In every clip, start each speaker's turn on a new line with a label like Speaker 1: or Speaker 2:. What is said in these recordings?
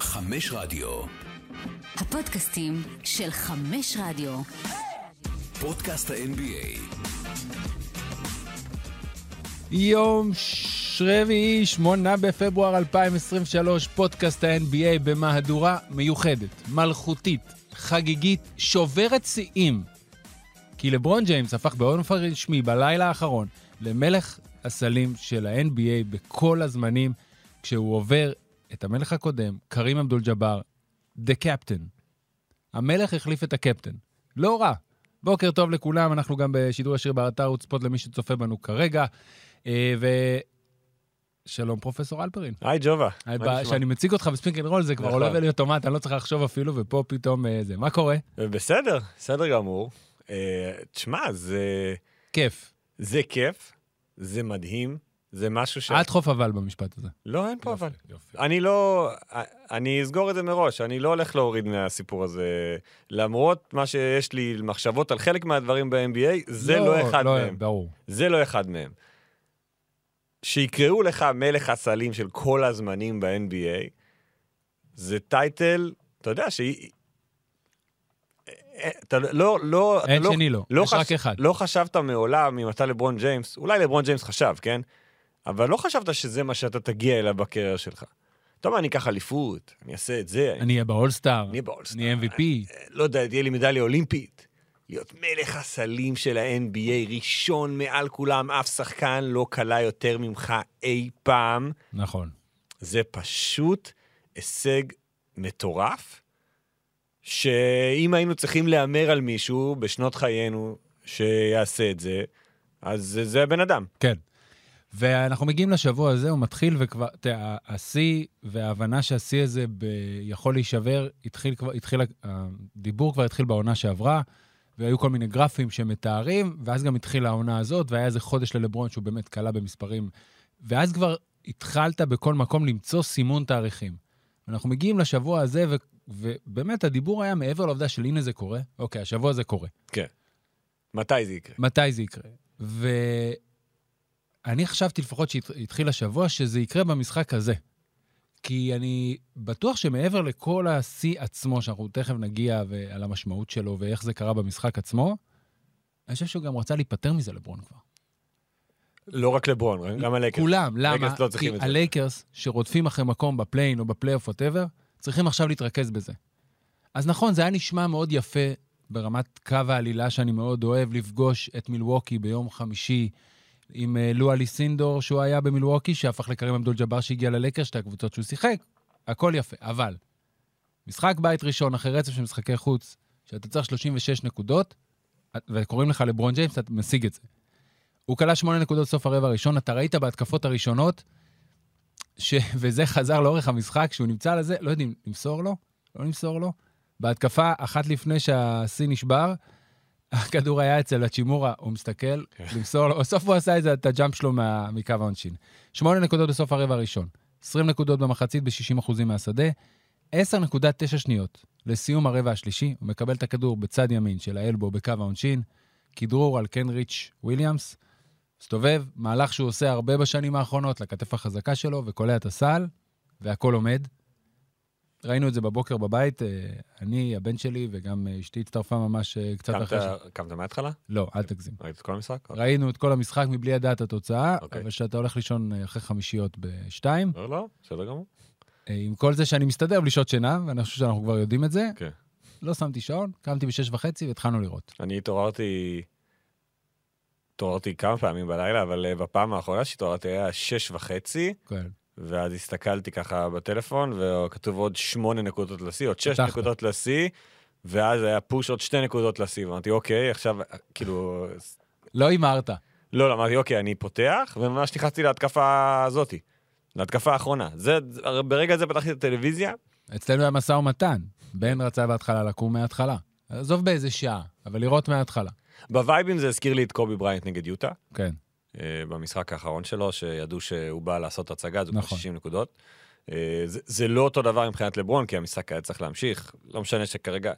Speaker 1: חמש רדיו.
Speaker 2: הפודקאסטים של חמש רדיו.
Speaker 1: פודקאסט ה-NBA.
Speaker 3: יום שרביעי, שמונה בפברואר 2023, פודקאסט ה-NBA במהדורה מיוחדת, מלכותית, חגיגית, שוברת שיאים. כי לברון ג'יימס הפך באופן רשמי בלילה האחרון למלך הסלים של ה-NBA בכל הזמנים, כשהוא עובר את המלך הקודם, קרים אבדול ג'אבר, The Captain. המלך החליף את הקפטן. לא רע. בוקר טוב לכולם, אנחנו גם בשידור ישיר באתר ערוץ ספוט למי שצופה בנו כרגע. אה, ו... שלום, פרופסור אלפרין.
Speaker 4: היי ג'ובה.
Speaker 3: אה,
Speaker 4: מה
Speaker 3: ב-
Speaker 4: נשמע?
Speaker 3: כשאני מציג אותך בספינק אנד רול זה כבר
Speaker 4: נכון.
Speaker 3: עולה לי אוטומט, אני לא צריך לחשוב אפילו, ופה פתאום אה, זה. מה קורה?
Speaker 4: בסדר, בסדר גמור. אה, תשמע, זה,
Speaker 3: כיף.
Speaker 4: זה כיף, זה מדהים, זה משהו ש...
Speaker 3: עד חוף אבל במשפט הזה.
Speaker 4: לא, אין פה אבל.
Speaker 3: יופי.
Speaker 4: אני לא... אני אסגור את זה מראש, אני לא הולך להוריד מהסיפור הזה. למרות מה שיש לי מחשבות על חלק מהדברים ב-NBA, זה לא, אחד מהם.
Speaker 3: ברור.
Speaker 4: זה לא אחד מהם. שיקראו לך מלך הסלים של כל הזמנים ב-NBA, זה טייטל, אתה יודע, שהיא... אה, אתה לא, לא, אתה
Speaker 3: אין
Speaker 4: לא,
Speaker 3: שני לו,
Speaker 4: לא
Speaker 3: יש רק אחד.
Speaker 4: לא חשבת מעולם אם אתה לברון ג'יימס, אולי לברון ג'יימס חשב, כן? אבל לא חשבת שזה מה שאתה תגיע אליו בקריירה שלך. אתה אומר, אני אקח אליפות, אני אעשה את זה, אני
Speaker 3: אני אהיה באולסטאר,
Speaker 4: אהיה באולסטאר.
Speaker 3: אני אהיה MVP.
Speaker 4: לא יודע, תהיה לי מדליה אולימפית. להיות מלך הסלים של ה-NBA, ראשון מעל כולם, אף שחקן לא קלה יותר ממך אי פעם.
Speaker 3: נכון.
Speaker 4: זה פשוט הישג מטורף, שאם היינו צריכים להמר על מישהו בשנות חיינו שיעשה את זה, אז זה- זה הבן אדם.
Speaker 3: כן. ואנחנו מגיעים לשבוע הזה, הוא מתחיל וכבר, תראה, השיא וההבנה שהשיא הזה ב... יכול להישבר, התחיל כבר, התחיל, הדיבור כבר התחיל בעונה שעברה, והיו כל מיני גרפים שמתארים, ואז גם התחילה העונה הזאת, והיה איזה חודש ללברון שהוא באמת קלה במספרים. ואז כבר התחלת בכל מקום למצוא סימון תאריכים. אנחנו מגיעים לשבוע הזה, ו... ובאמת הדיבור היה מעבר לעובדה של הנה זה קורה, אוקיי, השבוע זה קורה.
Speaker 4: כן. מתי זה יקרה?
Speaker 3: מתי זה יקרה. ואני חשבתי לפחות שהתחיל השבוע, שזה יקרה במשחק הזה. כי אני בטוח שמעבר לכל השיא עצמו, שאנחנו תכף נגיע ועל המשמעות שלו ואיך זה קרה במשחק עצמו, אני חושב שהוא גם רצה להיפטר מזה לברון כבר.
Speaker 4: לא רק לברון, גם הלקר.
Speaker 3: כולם, למה?
Speaker 4: לייקרס לא
Speaker 3: כי
Speaker 4: צריכים את זה.
Speaker 3: הלייקרס, שרודפים אחרי מקום בפליין או בפלייאוף ווטאבר, צריכים עכשיו להתרכז בזה. אז נכון, זה היה נשמע מאוד יפה ברמת קו העלילה שאני מאוד אוהב, לפגוש את מילווקי ביום חמישי עם אה, לואי ליסינדור, שהוא היה במילווקי, שהפך לקרים אבדול ג'אבר שהגיע ללייקרס, שתי הקבוצות שהוא שיחק, הכל יפה. אבל, משחק בית ראשון אחרי רצף של משחקי חוץ, שאתה צריך 36 נקודות, וקוראים לך לברון ג'יימס, אתה משיג את זה. הוא כלה שמונה נקודות סוף הרבע הראשון, אתה ראית בהתקפות הראשונות, ש... וזה חזר לאורך המשחק, שהוא נמצא על זה, לא יודעים, למסור לו? לא למסור לו? בהתקפה, אחת לפני שהשיא נשבר, הכדור היה אצל הצ'ימורה, הוא מסתכל, למסור לו, בסוף הוא עשה את זה, את הג'אמפ שלו מה... מקו העונשין. שמונה נקודות בסוף הרבע הראשון, 20 נקודות במחצית ב-60% מהשדה, 10.9 שניות לסיום הרבע השלישי, הוא מקבל את הכדור בצד ימין של האלבו בקו העונשין, כדרור על קנריץ' וויליאמס, מסתובב, מהלך שהוא עושה הרבה בשנים האחרונות לכתף החזקה שלו, וקולע את הסל, והכול עומד. ראינו את זה בבוקר בבית, אה, אני, הבן שלי, וגם אה, אשתי הצטרפה ממש אה, קצת אחרי ש...
Speaker 4: קמת- קמת מההתחלה?
Speaker 3: לא, אל תגזים.
Speaker 4: ראית את כל המשחק?
Speaker 3: ראינו את כל המשחק מבלי לדעת התוצאה,
Speaker 4: אוקיי.
Speaker 3: אבל שאתה הולך לישון אה, אחרי חמישיות בשתיים.
Speaker 4: לא, לא, בסדר גמור.
Speaker 3: אה, עם כל זה שאני מסתדר בלי שעות שינה, ואני חושב שאנחנו כבר יודעים את זה,
Speaker 4: כן.
Speaker 3: לא שמתי שעון, קמתי בשש וחצי והתחלנו לראות.
Speaker 4: אני התעוררתי... התעוררתי כמה פעמים בלילה, אבל אה, בפעם האחרונה שהתעוררתי היה שש וחצי,
Speaker 3: כן.
Speaker 4: ואז הסתכלתי ככה בטלפון, וכתוב עוד שמונה נקודות לשיא, עוד שש
Speaker 3: פתחת.
Speaker 4: נקודות לשיא, ואז היה פוש עוד שתי נקודות לשיא, ואמרתי, אוקיי, עכשיו, אה, כאילו... אז-
Speaker 3: לא הימרת.
Speaker 4: לא, לא, אמרתי, אוקיי, אני פותח, וממש נכנסתי להתקפה הזאתי, להתקפה האחרונה. זה, ברגע זה פתחתי את הטלוויזיה,
Speaker 3: אצלנו היה משא ומתן. בן רצה בהתחלה לקום מההתחלה. עזוב באיזה שעה, אבל לראות מההתחלה.
Speaker 4: בווייבים זה הזכיר לי את קובי בריינט נגד יוטה.
Speaker 3: כן.
Speaker 4: אה, במשחק האחרון שלו, שידעו שהוא בא לעשות הצגה, אז הוא כבר
Speaker 3: נכון.
Speaker 4: 60 נקודות. אה, זה, זה לא אותו דבר מבחינת לברון, כי המשחק היה צריך להמשיך, לא משנה שכרגע...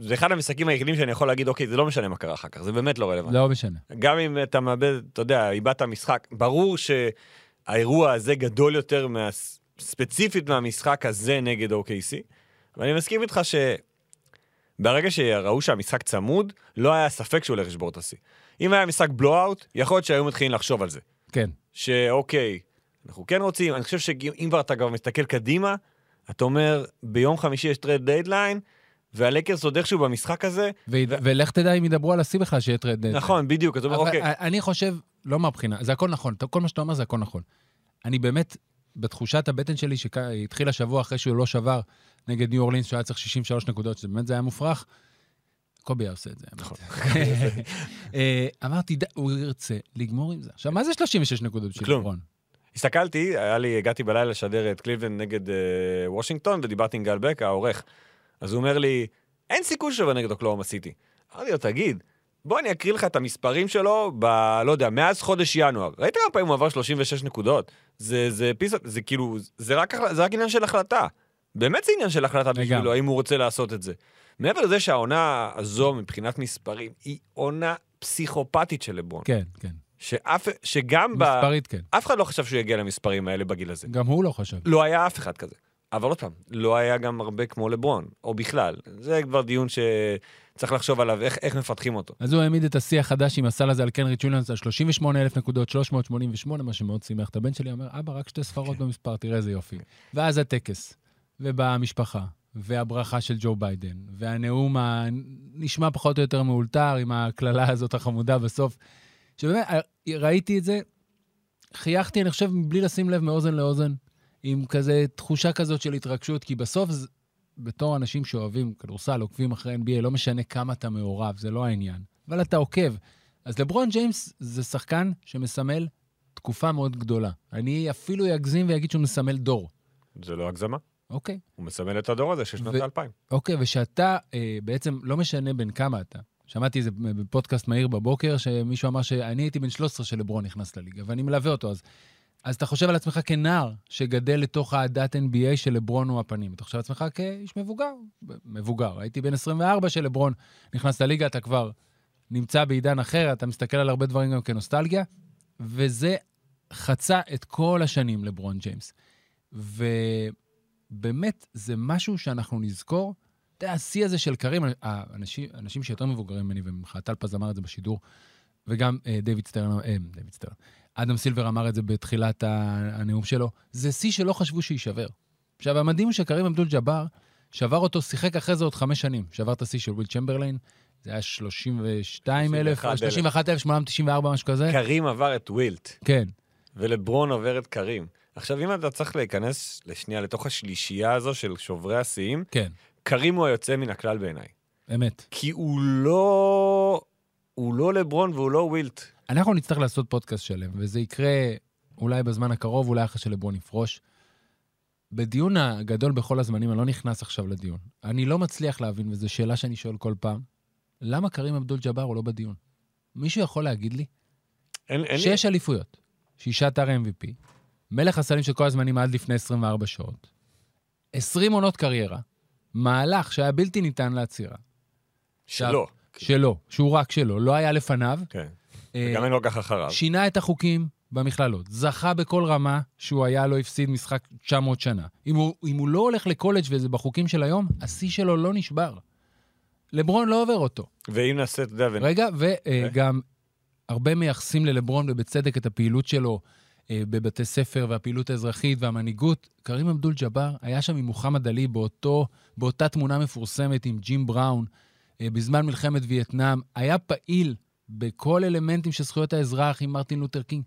Speaker 4: זה אחד המשחקים היחידים שאני יכול להגיד, אוקיי, זה לא משנה מה קרה אחר כך, זה באמת לא רלוונטי.
Speaker 3: לא משנה.
Speaker 4: גם אם אתה מאבד, אתה יודע, איבדת משחק, ברור שהאירוע הזה גדול יותר מה... ספציפית מהמשחק הזה נגד OKC, אבל אני מסכים איתך שברגע שראו שהמשחק צמוד, לא היה ספק שהוא הולך לשבור את השיא. אם היה משחק בלואאוט, יכול להיות שהיו מתחילים לחשוב על זה.
Speaker 3: כן.
Speaker 4: שאוקיי, אנחנו כן רוצים, אני חושב שאם כבר אתה גם מסתכל קדימה, אתה אומר, ביום חמישי יש טרד דיידליין, והלקרס עוד איכשהו במשחק הזה,
Speaker 3: ו- ולך תדע אם ידברו על השיא בכלל שיהיה אה, טרד דדליין.
Speaker 4: נכון, בדיוק, אתה אומר,
Speaker 3: אבל
Speaker 4: אוקיי,
Speaker 3: אני חושב, לא מהבחינה, זה הכל נכון, כל מה שאתה אומר זה הכל נכון. אני באמת, בתחושת הבטן שלי, שהתחיל השבוע אחרי שהוא לא שבר נגד ניו אורלינס, שהיה צריך 63 נקודות, שבאמת זה היה מופרך, קובי היה עושה את זה. האמת.
Speaker 4: נכון.
Speaker 3: אה, אמרתי, "ד- הוא ירצה לגמור עם זה. עכשיו, מה זה 36 נקודות בשביל
Speaker 4: כלום.
Speaker 3: לברון?
Speaker 4: הסתכלתי, היה לי, הגעתי בלילה לשדר את קליבלנד נגד אה, וושינגטון, ודיברתי עם גל בק, העורך. אז הוא אומר לי, אין סיכוי שהוא עובר נגד אוקלאומה סיטי. אמרתי לו, תגיד, בוא אני אקריא לך את המספרים שלו, ב... לא יודע, מאז חודש ינואר. ראית כמה פעמים הוא עבר 36 נקודות? זה, זה פיס... זה כאילו, זה רק, החל- זה רק עניין של החלטה. באמת זה עניין של החלטה
Speaker 3: לגמרי.
Speaker 4: בשבילו, אם הוא רוצה לעשות את זה. מעבר לזה שהעונה הזו, מבחינת מספרים, היא עונה פסיכופתית של לברון.
Speaker 3: כן, כן.
Speaker 4: שאף, שגם ב...
Speaker 3: מספרית כן.
Speaker 4: אף אחד לא חשב שהוא יגיע למספרים האלה בגיל הזה.
Speaker 3: גם הוא לא חשב.
Speaker 4: לא היה אף אחד כזה. אבל עוד פעם, לא היה גם הרבה כמו לברון, או בכלל. זה כבר דיון שצריך לחשוב עליו, איך, איך מפתחים אותו.
Speaker 3: אז הוא העמיד את השיא החדש עם הסל הזה על קנרי צ'וליאנס על 38,000 נקודות, 388, מה שמאוד שימח את הבן שלי, אומר, אבא, רק שתי ספרות במספר, תראה איזה יופי. ואז הטקס, ובאה המשפחה, והברכה של ג'ו ביידן, והנאום הנשמע פחות או יותר מאולתר, עם הקללה הזאת החמודה בסוף, שבאמת, ה- ראיתי את זה, חייכתי, אני חושב, בלי לשים לב מאוזן לאוזן, עם כזה תחושה כזאת של התרגשות, כי בסוף, זה- בתור אנשים שאוהבים כדורסל, עוקבים אחרי NBA, לא משנה כמה אתה מעורב, זה לא העניין. אבל אתה עוקב. אז לברון ג'יימס זה שחקן שמסמל תקופה מאוד גדולה. אני אפילו אגזים ואגיד שהוא מסמל דור.
Speaker 4: זה לא הגזמה.
Speaker 3: אוקיי.
Speaker 4: הוא מסמל את הדור הזה של שנות
Speaker 3: ו-
Speaker 4: האלפיים.
Speaker 3: אוקיי, ושאתה אה, בעצם, לא משנה בין כמה אתה. שמעתי איזה אה, בפודקאסט מהיר בבוקר, שמישהו אמר שאני הייתי בן 13 שלברון נכנס לליגה, ואני מלווה אותו אז. אז אתה חושב על עצמך כנער שגדל לתוך אהדת NBA שלברון הוא הפנים. אתה חושב על עצמך כאיש מבוגר, ב- מבוגר. הייתי בן 24 שלברון נכנס לליגה, אתה כבר נמצא בעידן אחר, אתה מסתכל על הרבה דברים גם כנוסטלגיה, וזה חצה את כל השנים לברון ג'יימס. ובאמת, זה משהו שאנחנו נזכור. אתה יודע, השיא הזה של קרים, האנשים, אנשים שיותר מבוגרים ממני וממך, טל פז אמר את זה בשידור, וגם אה, דיוויד סטרן, אה, דיוויד סטרן, אדם סילבר אמר את זה בתחילת ה- הנאום שלו, זה שיא שלא חשבו שיישבר. עכשיו, המדהים הוא שקרים אבדול ג'אבר, שבר אותו, שיחק אחרי זה עוד חמש שנים. שבר את השיא של וויל צ'מברליין, זה היה 32,000,
Speaker 4: 31,000.
Speaker 3: 31,894, משהו כזה.
Speaker 4: אה. קרים עבר את ווילט,
Speaker 3: כן,
Speaker 4: ולברון עובר את קרים. עכשיו, אם אתה צריך להיכנס לשנייה לתוך השלישייה הזו של שוברי השיאים,
Speaker 3: כן,
Speaker 4: קרים הוא היוצא מן הכלל בעיניי.
Speaker 3: אמת.
Speaker 4: כי הוא לא... הוא לא לברון והוא לא ווילט.
Speaker 3: אנחנו נצטרך לעשות פודקאסט שלם, וזה יקרה אולי בזמן הקרוב, אולי אחרי שלברון יפרוש. בדיון הגדול בכל הזמנים, אני לא נכנס עכשיו לדיון. אני לא מצליח להבין, וזו שאלה שאני שואל כל פעם, למה קרים אבדול ג'אבר הוא לא בדיון? מישהו יכול להגיד לי?
Speaker 4: אין, אין לי...
Speaker 3: שש אליפויות, שישה תארי MVP, מלך הסלים של כל הזמנים עד לפני 24 שעות, 20 עונות קריירה, מהלך שהיה בלתי ניתן לעצירה,
Speaker 4: שלא.
Speaker 3: שלו, שהוא רק שלו, לא היה לפניו.
Speaker 4: כן.
Speaker 3: אה,
Speaker 4: וגם אין לו כך אחריו.
Speaker 3: שינה את החוקים במכללות, זכה בכל רמה שהוא היה לא הפסיד משחק 900 שנה. אם הוא, אם הוא לא הולך לקולג' וזה בחוקים של היום, השיא שלו לא נשבר. לברון לא עובר אותו.
Speaker 4: ואם נעשה, אתה יודע, ונ-
Speaker 3: רגע, וגם הרבה מייחסים ללברון, ובצדק, את הפעילות שלו אה, בבתי ספר והפעילות האזרחית והמנהיגות. קרים אבדול ג'אבר היה שם עם מוחמד עלי באותו, באותה תמונה מפורסמת עם ג'ים בראון, אה, בזמן מלחמת וייטנאם, היה פעיל בכל אלמנטים של זכויות האזרח עם מרטין לותר קינג.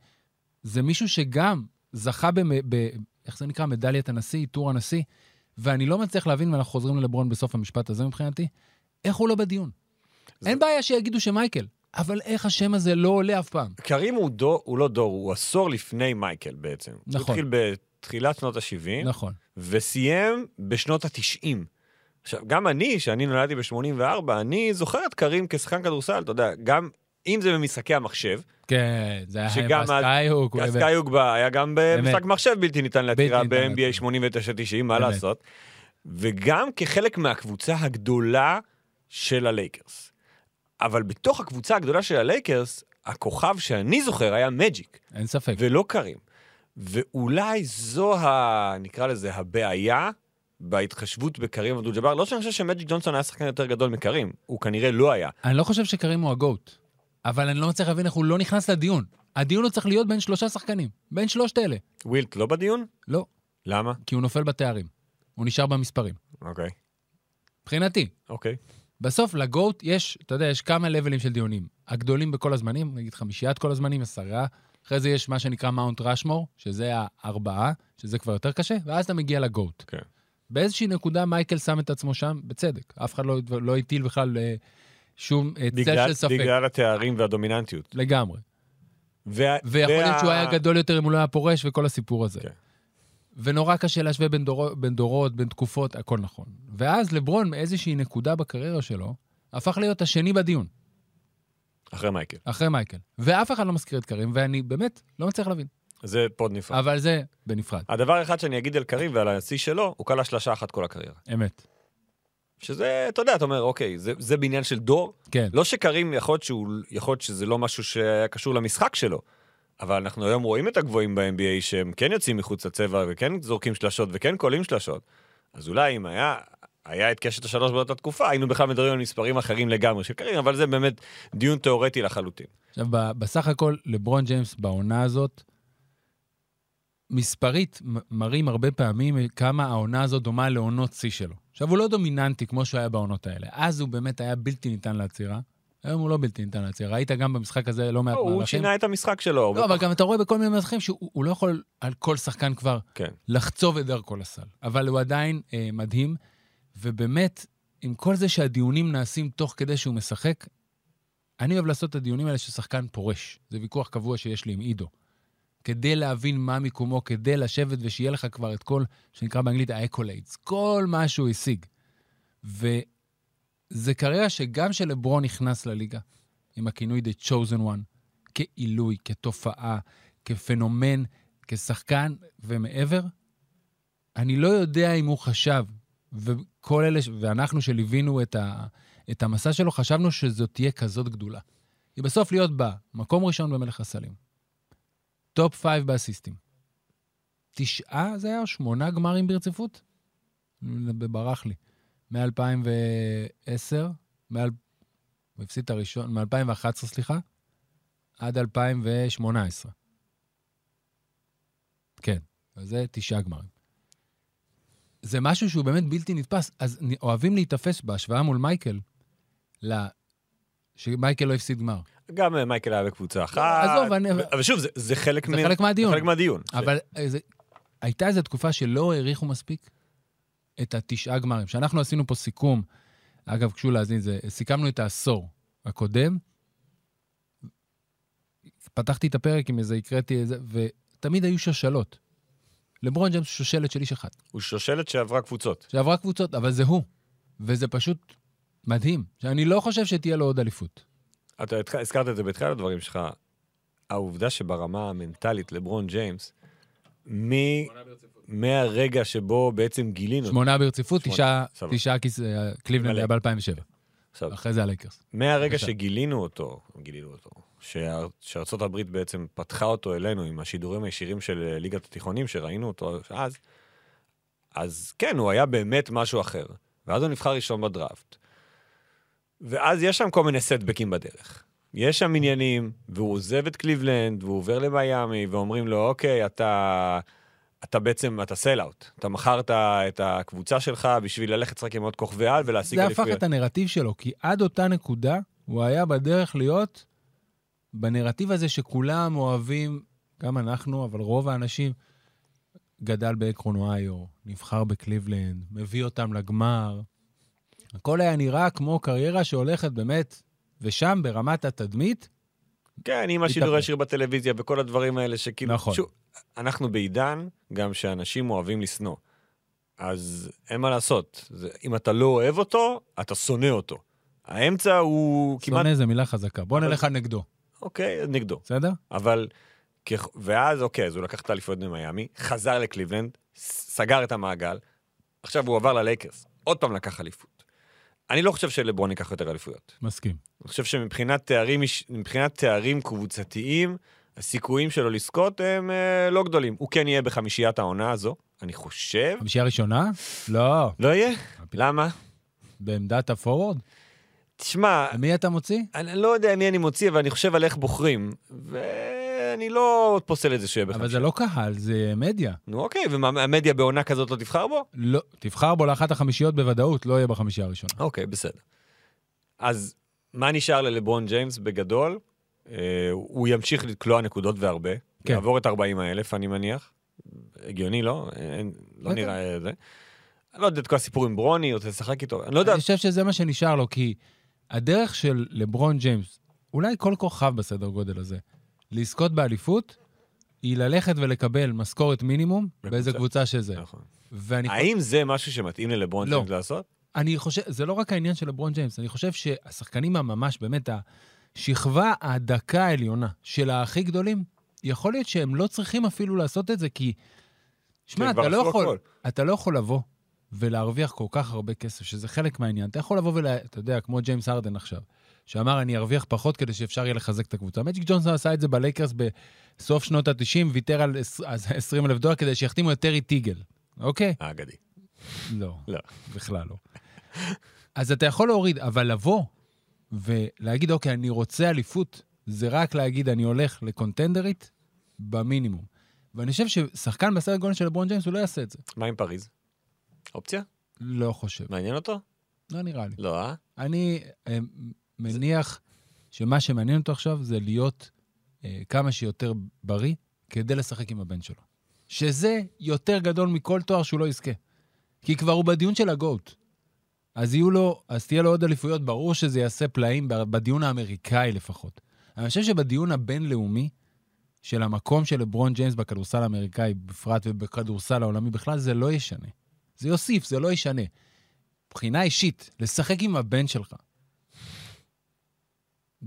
Speaker 3: זה מישהו שגם זכה, במ... ב... איך זה נקרא? מדליית הנשיא, עיטור הנשיא. ואני לא מצליח להבין, ואנחנו חוזרים ללברון בסוף המשפט הזה מבחינתי, איך הוא לא בדיון.
Speaker 4: זה-
Speaker 3: אין בעיה שיגידו שמייקל, אבל איך השם הזה לא עולה אף פעם?
Speaker 4: קרים הוא, דור, הוא לא דור, הוא עשור לפני מייקל בעצם. הוא
Speaker 3: נכון.
Speaker 4: התחיל בתחילת שנות ה-70,
Speaker 3: נכון.
Speaker 4: וסיים בשנות ה-90. עכשיו, גם אני, שאני נולדתי ב-84, אני זוכר את קרים כשחקן כדורסל, אתה יודע, גם אם זה במשחקי המחשב,
Speaker 3: כן, זה היה
Speaker 4: שגם אז-
Speaker 3: בסקייהוק. הוא-
Speaker 4: אז קיוג היה גם במשחק
Speaker 3: אמת.
Speaker 4: מחשב בלתי ניתן לעצירה
Speaker 3: בלתי ניתן לעצירה.
Speaker 4: ב-NBA 89-90, מה
Speaker 3: אמת.
Speaker 4: לעשות? וגם כחלק מהקבוצה הגדולה של הלייקרס. אבל בתוך הקבוצה הגדולה של הלייקרס, הכוכב שאני זוכר היה מג'יק.
Speaker 3: אין ספק.
Speaker 4: ולא קרים. ואולי זו, ה... נקרא לזה, הבעיה בהתחשבות בקרים אבדול ג'אבר. לא שאני חושב שמג'יק ג'ונסון היה שחקן יותר גדול מקרים, הוא כנראה לא היה.
Speaker 3: אני לא חושב שקרים הוא הגוט, אבל אני לא מצליח להבין איך הוא לא נכנס לדיון. הדיון הוא צריך להיות בין שלושה שחקנים, בין שלושת אלה.
Speaker 4: ווילט לא בדיון?
Speaker 3: לא,
Speaker 4: למה?
Speaker 3: כי הוא נופל בתארים. הוא נשאר במספרים.
Speaker 4: אוקיי.
Speaker 3: מבחינתי.
Speaker 4: אוקיי.
Speaker 3: בסוף לגוט יש, אתה יודע, יש כמה לבלים של דיונים. הגדולים בכל הזמנים, נגיד חמישיית כל הזמנים, עשרה. אחרי זה יש מה שנקרא מאונט רשמור, שזה הארבעה, שזה כבר יותר קשה, ואז אתה מגיע לגוט.
Speaker 4: כן.
Speaker 3: באיזושהי נקודה מייקל שם את עצמו שם, בצדק. אף אחד לא, לא הטיל בכלל אה, שום אה, צל
Speaker 4: בגלל,
Speaker 3: של ספק.
Speaker 4: בגלל התארים והדומיננטיות.
Speaker 3: לגמרי.
Speaker 4: וה...
Speaker 3: ויכול להיות
Speaker 4: וה-
Speaker 3: שהוא היה גדול יותר אם הוא לא היה פורש וכל הסיפור הזה.
Speaker 4: כן.
Speaker 3: ונורא קשה להשווה בין, דור... בין דורות, בין תקופות, הכל נכון. ואז לברון, מאיזושהי נקודה בקריירה שלו, הפך להיות השני בדיון,
Speaker 4: אחרי מייקל.
Speaker 3: אחרי מייקל. ואף אחד לא מזכיר את קרים, ואני באמת לא מצליח להבין.
Speaker 4: זה פוד נפרד.
Speaker 3: אבל זה בנפרד,
Speaker 4: הדבר האחד שאני אגיד על קריב ועל השיא שלו, הוא כלל שלושה אחת כל הקריירה.
Speaker 3: אמת.
Speaker 4: שזה, אתה יודע, אתה אומר, אוקיי, זה, זה בעניין של דור.
Speaker 3: כן.
Speaker 4: לא שקרים, יכול להיות, שהוא, יכול להיות שזה לא משהו שהיה קשור למשחק שלו, אבל אנחנו היום רואים את הגבוהים ב-NBA שהם כן יוצאים מחוץ לצבע וכן זורקים שלשות וכן קולים שלשות. אז אולי אם היה, היה את קשת השלוש באותה תקופה, היינו בכלל מדברים על מספרים אחרים לגמרי של קרים, אבל זה באמת דיון תיאורטי לחלוטין.
Speaker 3: עכשיו, ב- בסך הכל, לברון ג'יימס בעונה הזאת, מספרית מ- מראים הרבה פעמים כמה העונה הזאת דומה לעונות שיא שלו. עכשיו, הוא לא דומיננטי כמו שהוא היה בעונות האלה. אז הוא באמת היה בלתי ניתן לעצירה. היום הוא לא בלתי ניתן לעצירה. ראית גם במשחק הזה לא מעט
Speaker 4: הוא
Speaker 3: מהלכים.
Speaker 4: שינה את המשחק שלו. הרבה
Speaker 3: לא, אבל
Speaker 4: פחות.
Speaker 3: גם אתה רואה בכל מיני מהלכים שהוא הוא לא יכול על כל שחקן כבר
Speaker 4: כן.
Speaker 3: לחצוב את דרכו לסל. אבל הוא עדיין אה, מדהים, ובאמת, עם כל זה שהדיונים נעשים תוך כדי שהוא משחק, אני אוהב לעשות את הדיונים האלה ששחקן פורש. זה ויכוח קבוע שיש לי עם עידו. כדי להבין מה מיקומו, כדי לשבת ושיהיה לך כבר את כל, שנקרא באנגלית האקוליידס, כל מה שהוא השיג. וזה קריירה שגם שלברון נכנס לליגה, עם הכינוי The Chosen One, כעילוי, כתופעה, כפנומן, כשחקן ומעבר, אני לא יודע אם הוא חשב, וכל אלה, ש- ואנחנו שליווינו את, ה, את המסע שלו, חשבנו שזאת תהיה כזאת גדולה. היא בסוף להיות בה מקום ראשון במלך הסלים, טופ פייב באסיסטים. תשעה זה היה, או שמונה גמרים ברציפות? ברח לי. מ-2010, מעל... הוא הפסיד את הראשון, מ-2011, סליחה, עד 2018. כן, אז זה תשעה גמרים. זה משהו שהוא באמת בלתי נתפס, אז נ- אוהבים להיתפס בהשוואה מול מייקל, ל... שמייקל לא הפסיד גמר.
Speaker 4: גם אה, מייקל היה בקבוצה אחת.
Speaker 3: עזוב, אני-
Speaker 4: ו- אבל שוב, זה, זה חלק
Speaker 3: זה
Speaker 4: מ-
Speaker 3: חלק מהדיון.
Speaker 4: זה חלק מהדיון.
Speaker 3: אבל איזה, הייתה איזו תקופה שלא העריכו מספיק את התשעה גמרים. שאנחנו עשינו פה סיכום, אגב, קשו להאזין, זה, סיכמנו את העשור הקודם. פתחתי את הפרק עם איזה, הקראתי איזה, ותמיד היו שושלות. לברון ג'יימס הוא שושלת של איש אחד.
Speaker 4: הוא שושלת שעברה קבוצות.
Speaker 3: שעברה קבוצות, אבל זה הוא. וזה פשוט מדהים, שאני לא חושב שתהיה לו עוד אליפות.
Speaker 4: אתה התח- הזכרת את זה בתחילת הדברים שלך. העובדה שברמה המנטלית לברון ג'יימס, מ... מהרגע שבו בעצם גילינו,
Speaker 3: שמונה ברציפות,
Speaker 4: שמונה,
Speaker 3: תשעה,
Speaker 4: סבבה.
Speaker 3: תשעה כיס, אה, קליבלנד
Speaker 4: מלא.
Speaker 3: היה ב-2007.
Speaker 4: עכשיו,
Speaker 3: אחרי זה הלייקרס.
Speaker 4: מהרגע
Speaker 3: בבקשה.
Speaker 4: שגילינו אותו, גילינו אותו, שאר... שארצות הברית בעצם פתחה אותו אלינו עם השידורים הישירים של אה, ליגת התיכונים, שראינו אותו אז, אז כן, הוא היה באמת משהו אחר. ואז הוא נבחר ראשון בדראפט. ואז יש שם כל מיני סטבקים בדרך. יש שם עניינים, והוא עוזב את קליבלנד, והוא עובר למיאמי, ואומרים לו, אוקיי, אתה, אתה בעצם, אתה סל-אאוט. אתה מכרת את הקבוצה שלך בשביל ללכת לשחק עם עוד כוכבי על ולהשיג
Speaker 3: זה הפך
Speaker 4: אליפויות.
Speaker 3: את הנרטיב שלו, כי עד אותה נקודה הוא היה בדרך להיות בנרטיב הזה שכולם אוהבים, גם אנחנו, אבל רוב האנשים, גדל באקרון אוהיו, נבחר בקליבלנד, מביא אותם לגמר. הכל היה נראה כמו קריירה שהולכת באמת, ושם ברמת התדמית,
Speaker 4: כן, עם השידור
Speaker 3: התהפך.
Speaker 4: הישיר בטלוויזיה וכל הדברים האלה שכאילו...
Speaker 3: נכון.
Speaker 4: שוב, אנחנו בעידן גם שאנשים אוהבים לשנוא. אז אין מה לעשות. זה, אם אתה לא אוהב אותו, אתה שונא אותו. האמצע הוא כמעט...
Speaker 3: שונא זו מילה חזקה. בוא
Speaker 4: אבל-
Speaker 3: נלך על נגדו,
Speaker 4: אוקיי, נגדו.
Speaker 3: בסדר?
Speaker 4: אבל... ככ- ואז, אוקיי, אז הוא לקח את האליפויות ממיאמי, חזר לקליבלנד, ס- סגר את המעגל, עכשיו הוא עבר ללייקרס, עוד פעם לקח אליפות. אני לא חושב שלברון ייקח יותר אליפויות.
Speaker 3: מסכים.
Speaker 4: אני חושב שמבחינת תארים, איש- מבחינת תארים קבוצתיים, הסיכויים שלו לזכות הם אה, לא גדולים. הוא כן יהיה בחמישיית העונה הזו, אני חושב.
Speaker 3: חמישייה ראשונה? לא.
Speaker 4: לא יהיה? למה?
Speaker 3: בעמדת הפורוורד?
Speaker 4: תשמע,
Speaker 3: מי אתה מוציא?
Speaker 4: אני לא יודע מי אני מוציא, אבל אני חושב על איך בוחרים. ואני לא פוסל את זה שיהיה
Speaker 3: אבל זה
Speaker 4: בחמישייה.
Speaker 3: לא קהל, זה מדיה.
Speaker 4: נו אוקיי, והמדיה בעונה כזאת לא תבחר בו?
Speaker 3: לא, תבחר בו לאחת החמישיות בוודאות, לא יהיה בחמישייה הראשונה.
Speaker 4: אוקיי, בסדר. אז מה נשאר ללברון ג'יימס בגדול? אה, הוא ימשיך לקלוע נקודות והרבה.
Speaker 3: כן.
Speaker 4: כן. יעבור את 40 האלף, אני מניח. הגיוני, לא? אין, לא
Speaker 3: בטח.
Speaker 4: נראה זה. אני לא יודע את כל הסיפור עם ברוני, רוצה לשחק איתו, אני לא יודע.
Speaker 3: אני חושב שזה מה שנשאר לו, כי הדרך של לברון ג'יימס, אולי כל כוכב בסדר גודל הזה, לזכות באליפות, היא ללכת ולקבל משכורת מינימום
Speaker 4: בקבוצה.
Speaker 3: באיזה קבוצה שזה.
Speaker 4: נכון.
Speaker 3: ואני
Speaker 4: האם זה משהו שמתאים ללברון
Speaker 3: לא.
Speaker 4: ג'יימס לעשות?
Speaker 3: אני חושב, זה לא רק העניין של לברון ג'יימס, אני חושב שהשחקנים הממש, באמת, השכבה הדקה העליונה של הכי גדולים, יכול להיות שהם לא צריכים אפילו לעשות את זה, כי... שמע,
Speaker 4: כבר
Speaker 3: אתה, לא
Speaker 4: עשו
Speaker 3: יכול-
Speaker 4: הכל.
Speaker 3: אתה לא יכול לבוא ולהרוויח כל כך הרבה כסף, שזה חלק מהעניין. אתה יכול לבוא ול... אתה יודע, כמו ג'יימס הרדן עכשיו, שאמר, אני ארוויח פחות כדי שאפשר יהיה לחזק את הקבוצה. מג'יק ג'ונסון עשה את זה בלייקרס בסוף שנות ה-90, ויתר על 20 אלף דולר כדי שיחתימו את טרי טיגל, אוקיי?
Speaker 4: האגדי.
Speaker 3: לא.
Speaker 4: לא.
Speaker 3: בכלל לא. אז אתה יכול להוריד, אבל לבוא ולהגיד, אוקיי, אני רוצה אליפות, זה רק להגיד, אני הולך לקונטנדרית במינימום. ואני חושב ששחקן בסדר גודל של לברון ג'יימס, הוא לא יעשה את זה.
Speaker 4: מה עם פריז? אופציה?
Speaker 3: לא חושב.
Speaker 4: מעניין אותו?
Speaker 3: לא נראה לי.
Speaker 4: לא, אה?
Speaker 3: אני אה, מניח שמה שמעניין אותו עכשיו זה להיות אה, כמה שיותר בריא כדי לשחק עם הבן שלו. שזה יותר גדול מכל תואר שהוא לא יזכה. כי כבר הוא בדיון של הגוט. אז יהיו לו, אז תהיה לו עוד אליפויות, ברור שזה יעשה פלאים ב- בדיון האמריקאי לפחות. אני חושב שבדיון הבינלאומי של המקום של לברון ג'יימס בכדורסל האמריקאי בפרט ובכדורסל העולמי בכלל, זה לא ישנה. זה יוסיף, זה לא ישנה. מבחינה אישית, לשחק עם הבן שלך.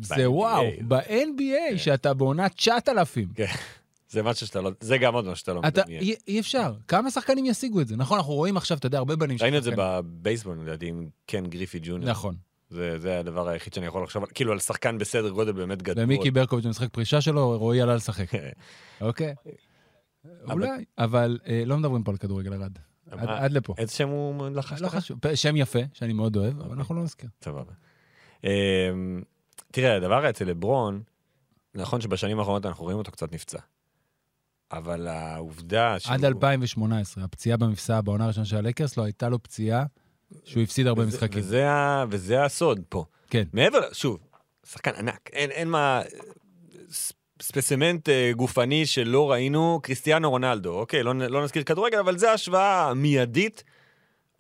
Speaker 3: זה
Speaker 4: ב-NBA.
Speaker 3: וואו, ב-NBA, שאתה בעונה 9,000.
Speaker 4: כן. זה משהו שאתה לא... זה גם עוד משהו שאתה לא
Speaker 3: אתה,
Speaker 4: מדמיין.
Speaker 3: אי, אי אפשר. כמה שחקנים ישיגו את זה? נכון, אנחנו רואים עכשיו, אתה יודע, הרבה בנים של
Speaker 4: ראינו את זה
Speaker 3: שחקנים.
Speaker 4: בבייסבול, לדעתי, עם קן גריפי ג'וניור.
Speaker 3: נכון.
Speaker 4: זה, זה הדבר היחיד שאני יכול לחשוב, על- כאילו על שחקן בסדר גודל באמת גדול. כן.
Speaker 3: ומיקי ברקוביץ' במשחק פרישה שלו, רועי עלה לשחק. אוקיי. אולי, אבל אה, לא מדברים פה על כדורגל ערד.
Speaker 4: אבל- אה,
Speaker 3: עד- עד לפה.
Speaker 4: איזה שם הוא לחש
Speaker 3: לא
Speaker 4: לך?
Speaker 3: חשוב. פ- שם יפה, שאני מאוד אוהב,
Speaker 4: אוקיי.
Speaker 3: אבל אנחנו לא נזכיר.
Speaker 4: סבבה. אמ, תראה, הדבר אצל לברון, נכון שבשנים האחרונות אנחנו רואים אותו קצת נפצע. אבל העובדה שהוא...
Speaker 3: עד 2018, הפציעה במפסע בעונה הראשונה של הלקרס, לא הייתה לו פציעה שהוא הפסיד הרבה
Speaker 4: וזה-
Speaker 3: משחקים.
Speaker 4: וזה ה- וזה הסוד פה.
Speaker 3: כן.
Speaker 4: מעבר, ל- שוב, שחקן ענק, אין, אין מה... ס- ספסימנט אה, גופני שלא ראינו, קריסטיאנו רונלדו, אוקיי, לא, נ- לא נזכיר כדורגל, אבל זו ההשוואה המיידית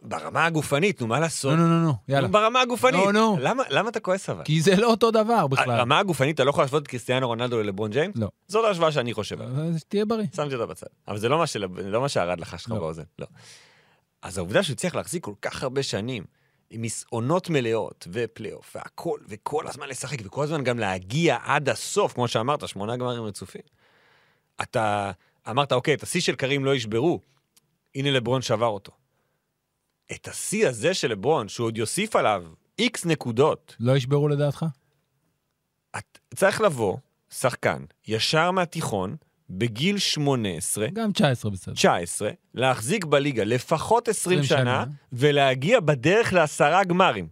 Speaker 4: ברמה הגופנית, נו, מה לעשות?
Speaker 3: נו, נו, נו, נו, לא, יאללה.
Speaker 4: נו, ברמה הגופנית.
Speaker 3: נו, נו.
Speaker 4: למה, למה אתה כועס אבל?
Speaker 3: כי זה לא אותו דבר בכלל.
Speaker 4: ברמה הגופנית, אתה לא יכול להשוות את קריסטיאנו רונלדו ללברון ג'יימס?
Speaker 3: לא.
Speaker 4: זאת ההשוואה שאני חושב עליה.
Speaker 3: אז תהיה אה, בריא.
Speaker 4: שמתי אותה בצד. אבל זה לא מה, של... לא מה שהרד לחש לך
Speaker 3: לא.
Speaker 4: באוזן, לא. אז העובדה שהוא הצליח להחזיק כל כך הרבה שנים, עם מסעונות מלאות, ופלייאוף, והכל, וכל הזמן לשחק, וכל הזמן גם להגיע עד הסוף, כמו שאמרת, שמונה גמרים רצופים. אתה אמרת, אוקיי, את השיא של קרים לא ישברו, הנה לברון שבר אותו. את השיא הזה של לברון, שהוא עוד יוסיף עליו איקס נקודות,
Speaker 3: לא ישברו לדעתך?
Speaker 4: את צריך לבוא, שחקן, ישר מהתיכון, בגיל 18,
Speaker 3: גם 19 בסדר.
Speaker 4: 19, להחזיק בליגה לפחות 20
Speaker 3: 20 שנה,
Speaker 4: שנה, ולהגיע בדרך לעשרה גמרים.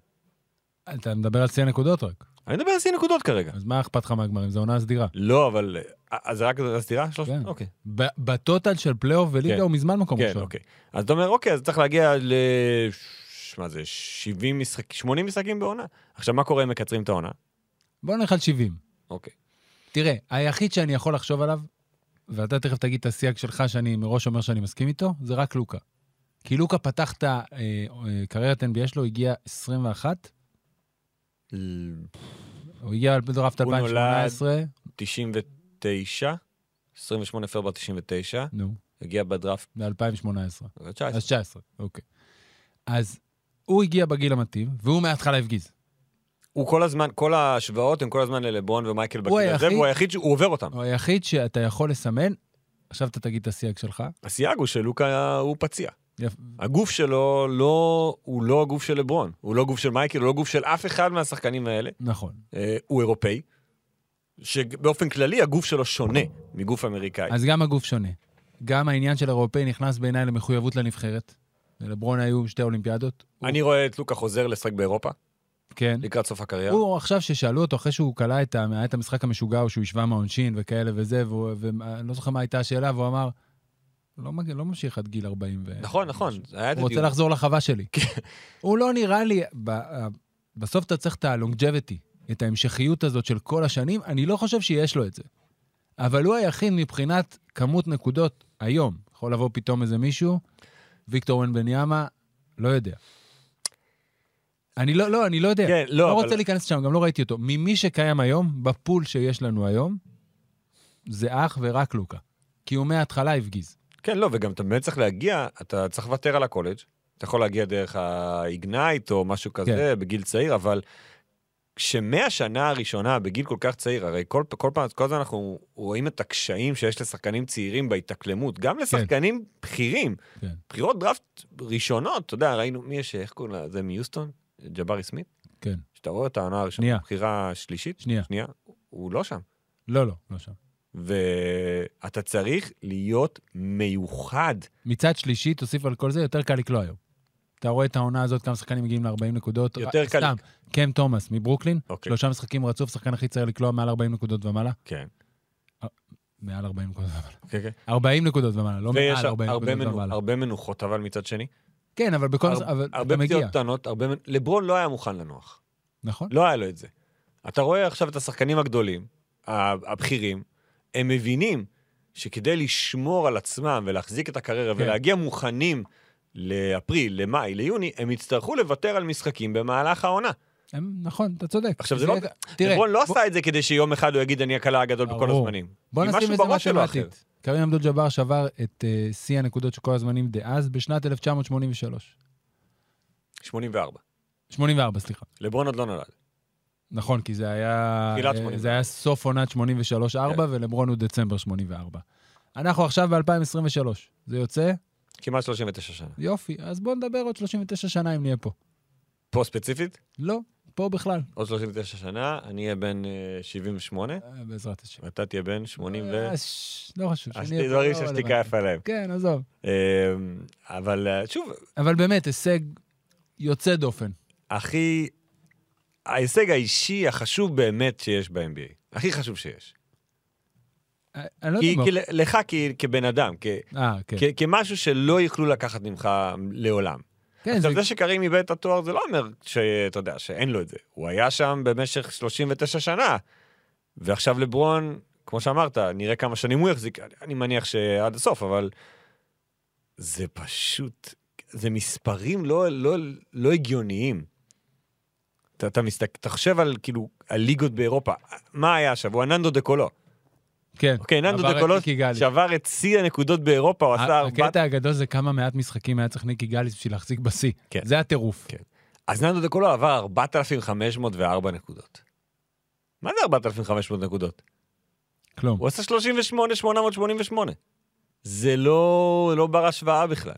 Speaker 3: אתה מדבר על שיא הנקודות רק.
Speaker 4: אני מדבר על שיא נקודות כרגע.
Speaker 3: אז מה אכפת לך מהגמרים? זו עונה סדירה.
Speaker 4: לא, אבל... אה, אז זה רק הסתירה? שלוש?
Speaker 3: כן.
Speaker 4: אוקיי.
Speaker 3: ב- בטוטל של פלייאוף וליגה
Speaker 4: כן.
Speaker 3: הוא מזמן מקום
Speaker 4: כן,
Speaker 3: ראשון.
Speaker 4: אוקיי. אז אתה אומר, אוקיי, אז צריך להגיע ל... ש- מה זה, 70 משחקים, 80 משחקים בעונה. עכשיו, מה קורה אם מקצרים את העונה?
Speaker 3: בוא נלך על 70.
Speaker 4: אוקיי.
Speaker 3: תראה, היחיד שאני יכול לחשוב עליו, ואתה תכף תגיד את הסייג שלך, שאני מראש אומר שאני מסכים איתו, זה רק לוקה. כי לוקה פתח את אה, הקריירת NBA שלו, הגיע 21, הוא הגיע לדראפט
Speaker 4: הוא
Speaker 3: 2018,
Speaker 4: 99, 28 פברואר 99,
Speaker 3: נו,
Speaker 4: הגיע בדראפט לא,
Speaker 3: ב-2018.
Speaker 4: 19.
Speaker 3: אז 19, אוקיי. אז הוא הגיע בגיל המתאים, והוא מההתחלה הפגיז.
Speaker 4: הוא כל הזמן, כל ההשוואות הן כל הזמן ללברון ומייקל
Speaker 3: הוא
Speaker 4: בגיל הזה,
Speaker 3: היחיד-
Speaker 4: והוא היחיד שהוא עובר אותם.
Speaker 3: הוא היחיד שאתה יכול לסמן, עכשיו אתה תגיד את הסייג שלך.
Speaker 4: הסייג הוא שלוקה הוא פציע.
Speaker 3: יפ-
Speaker 4: הגוף שלו לא, הוא לא הגוף של לברון, הוא לא גוף של מייקל, הוא לא גוף של אף אחד מהשחקנים האלה.
Speaker 3: נכון.
Speaker 4: אה, הוא אירופאי, שבאופן כללי הגוף שלו שונה מגוף אמריקאי.
Speaker 3: אז גם הגוף שונה. גם העניין של האירופאי נכנס בעיניי למחויבות לנבחרת. לברון היו שתי אולימפיאדות. הוא-
Speaker 4: אני רואה את לוקה חוזר לשחק באירופה,
Speaker 3: כן.
Speaker 4: לקראת סוף הקריירה.
Speaker 3: הוא עכשיו ששאלו אותו, אחרי שהוא כלא את, ה- היה את המשחק המשוגע, או שהוא השווה מהעונשין וכאלה וזה, והוא- ואני לא זוכר מה הייתה השאלה, והוא אמר, לא, מג... לא ממשיך עד גיל 40. ו...
Speaker 4: נכון, נכון, היה את
Speaker 3: הוא רוצה
Speaker 4: הדיון.
Speaker 3: לחזור לחווה שלי.
Speaker 4: כן.
Speaker 3: הוא לא נראה לי, ב... אה, בסוף אתה צריך את הלונג'ביטי, את ההמשכיות הזאת של כל השנים, אני לא חושב שיש לו את זה. אבל הוא היחיד מבחינת כמות נקודות היום. יכול לבוא פתאום איזה מישהו, ויקטור וין בן ימה, לא יודע. אני לא, לא, אני לא יודע.
Speaker 4: כן, לא,
Speaker 3: לא
Speaker 4: אבל-
Speaker 3: רוצה להיכנס לשם, גם לא ראיתי אותו. ממי שקיים היום, בפול שיש לנו היום, זה אך ורק לוקה. כי הוא מההתחלה הפגיז.
Speaker 4: כן, לא, וגם אתה באמת צריך להגיע, אתה צריך לוותר על הקולג'. אתה יכול להגיע דרך האיגנייט או משהו
Speaker 3: כן.
Speaker 4: כזה בגיל צעיר, אבל כשמהשנה הראשונה, בגיל כל כך צעיר, הרי כל, כל פעם, כל הזמן אנחנו רואים את הקשיים שיש לשחקנים צעירים בהתאקלמות, גם לשחקנים בכירים.
Speaker 3: כן.
Speaker 4: בחירות דראפט ראשונות, אתה יודע, ראינו, מי יש, איך קוראים לה, זה מיוסטון? ג'בארי סמית?
Speaker 3: כן.
Speaker 4: שאתה רואה את העונה הראשונה,
Speaker 3: שנייה.
Speaker 4: בחירה שלישית?
Speaker 3: שנייה.
Speaker 4: שנייה. הוא לא שם.
Speaker 3: לא, לא, לא שם.
Speaker 4: ואתה צריך להיות מיוחד.
Speaker 3: מצד שלישי, תוסיף על כל זה, יותר קל לקלוע היום. אתה רואה את העונה הזאת, כמה שחקנים מגיעים ל-40 נקודות.
Speaker 4: יותר קל-
Speaker 3: סתם, קם תומאס מברוקלין,
Speaker 4: אוקיי.
Speaker 3: שלושה משחקים רצוף, שחקן הכי צעיר לקלוע מעל 40 נקודות ומעלה.
Speaker 4: כן.
Speaker 3: מעל 40 נקודות ומעלה.
Speaker 4: כן, כן.
Speaker 3: 40 נקודות ומעלה, לא
Speaker 4: ויש
Speaker 3: מעל 40
Speaker 4: הרבה,
Speaker 3: נקודות
Speaker 4: מנו,
Speaker 3: ומעלה.
Speaker 4: הרבה מנוחות, אבל מצד שני.
Speaker 3: כן, אבל בכל זאת,
Speaker 4: הר-
Speaker 3: אבל אתה
Speaker 4: הרבה פציעות
Speaker 3: מגיע.
Speaker 4: קטנות, הרבה... מנ- לברון לא היה מוכן לנוח.
Speaker 3: נכון?
Speaker 4: לא היה לו את זה. אתה רואה עכשיו את השחקנים הגדולים, ה- הבכירים, הם מבינים שכדי לשמור על עצמם ולהחזיק את הקריירה
Speaker 3: כן.
Speaker 4: ולהגיע מוכנים לאפריל, למאי, ליוני, הם יצטרכו לוותר על משחקים במהלך העונה.
Speaker 3: הם- נכון, אתה צודק.
Speaker 4: עכשיו, זה
Speaker 3: יהיה-
Speaker 4: לא-
Speaker 3: תראה,
Speaker 4: לברון לא
Speaker 3: בוא-
Speaker 4: עשה את זה כדי שיום אחד הוא יגיד, אני הקלה הגדול בכל
Speaker 3: ברור.
Speaker 4: הזמנים.
Speaker 3: בוא
Speaker 4: כי
Speaker 3: נשים
Speaker 4: משהו
Speaker 3: את זה
Speaker 4: בראש שלו אחר.
Speaker 3: מתמטית. קרים אבדול ג'אבר שבר את אה, שיא הנקודות של כל הזמנים דאז בשנת 1983.
Speaker 4: 84.
Speaker 3: 84, סליחה.
Speaker 4: לברון עוד לא נולד.
Speaker 3: נכון, כי זה היה...
Speaker 4: תחילת
Speaker 3: אה,
Speaker 4: כן. 84.
Speaker 3: זה היה סוף עונת 83-4, ולברון הוא דצמבר 84. אנחנו עכשיו ב-2023. זה יוצא?
Speaker 4: כמעט 39 שנה.
Speaker 3: יופי. אז בואו נדבר עוד 39 שנה אם נהיה פה.
Speaker 4: פה ספציפית,
Speaker 3: לא, פה בכלל.
Speaker 4: עוד 39 שנה, אני אהיה בן אה, 78,
Speaker 3: אה, בעזרת השם.
Speaker 4: ואתה תהיה בן 80 ו...
Speaker 3: אה, ש- לא חשוב.
Speaker 4: אז
Speaker 3: שנהיה פה,
Speaker 4: דברים
Speaker 3: לא
Speaker 4: ששתיקה
Speaker 3: רלוונטי.
Speaker 4: יפה להם.
Speaker 3: כן, עזוב.
Speaker 4: אה, אבל אה, שוב,
Speaker 3: אבל באמת, הישג יוצא דופן.
Speaker 4: הכי... ההישג האישי החשוב באמת שיש ב-NBA. הכי חשוב שיש.
Speaker 3: אה, אני לא
Speaker 4: כי,
Speaker 3: יודע
Speaker 4: כי ל- לך כי- כבן אדם, כ,
Speaker 3: מה... אה, כן.
Speaker 4: כ, כמשהו שלא יוכלו לקחת ממך אה, לעולם.
Speaker 3: כן, זה...
Speaker 4: עכשיו, זה שקרים איבד את התואר, זה לא אומר שאתה יודע, שאין לו את זה. הוא היה שם במשך 39 שנה, ועכשיו לברון, כמו שאמרת, נראה כמה שנים הוא יחזיק, אני מניח שעד הסוף, אבל זה פשוט, זה מספרים לא, לא, לא הגיוניים. אתה, אתה מסתכל, תחשב על כאילו, הליגות באירופה, מה היה השבוע? ננדו דקולו.
Speaker 3: כן.
Speaker 4: אוקיי,
Speaker 3: עבר
Speaker 4: ננדו
Speaker 3: את אה, כן,
Speaker 4: דקולו
Speaker 3: ניקי גלי.
Speaker 4: שעבר את שיא הנקודות באירופה, הוא עשה ארבעת
Speaker 3: הקטע הגדול זה כמה מעט משחקים היה צריך ניקי גליס בשביל להחזיק בשיא.
Speaker 4: כן.
Speaker 3: זה הטירוף.
Speaker 4: כן. אז ננדו דקולו עבר 4,504 נקודות. מה זה 4,500 נקודות?
Speaker 3: כלום.
Speaker 4: הוא עשה 38,888. זה לא, לא בר השוואה בכלל.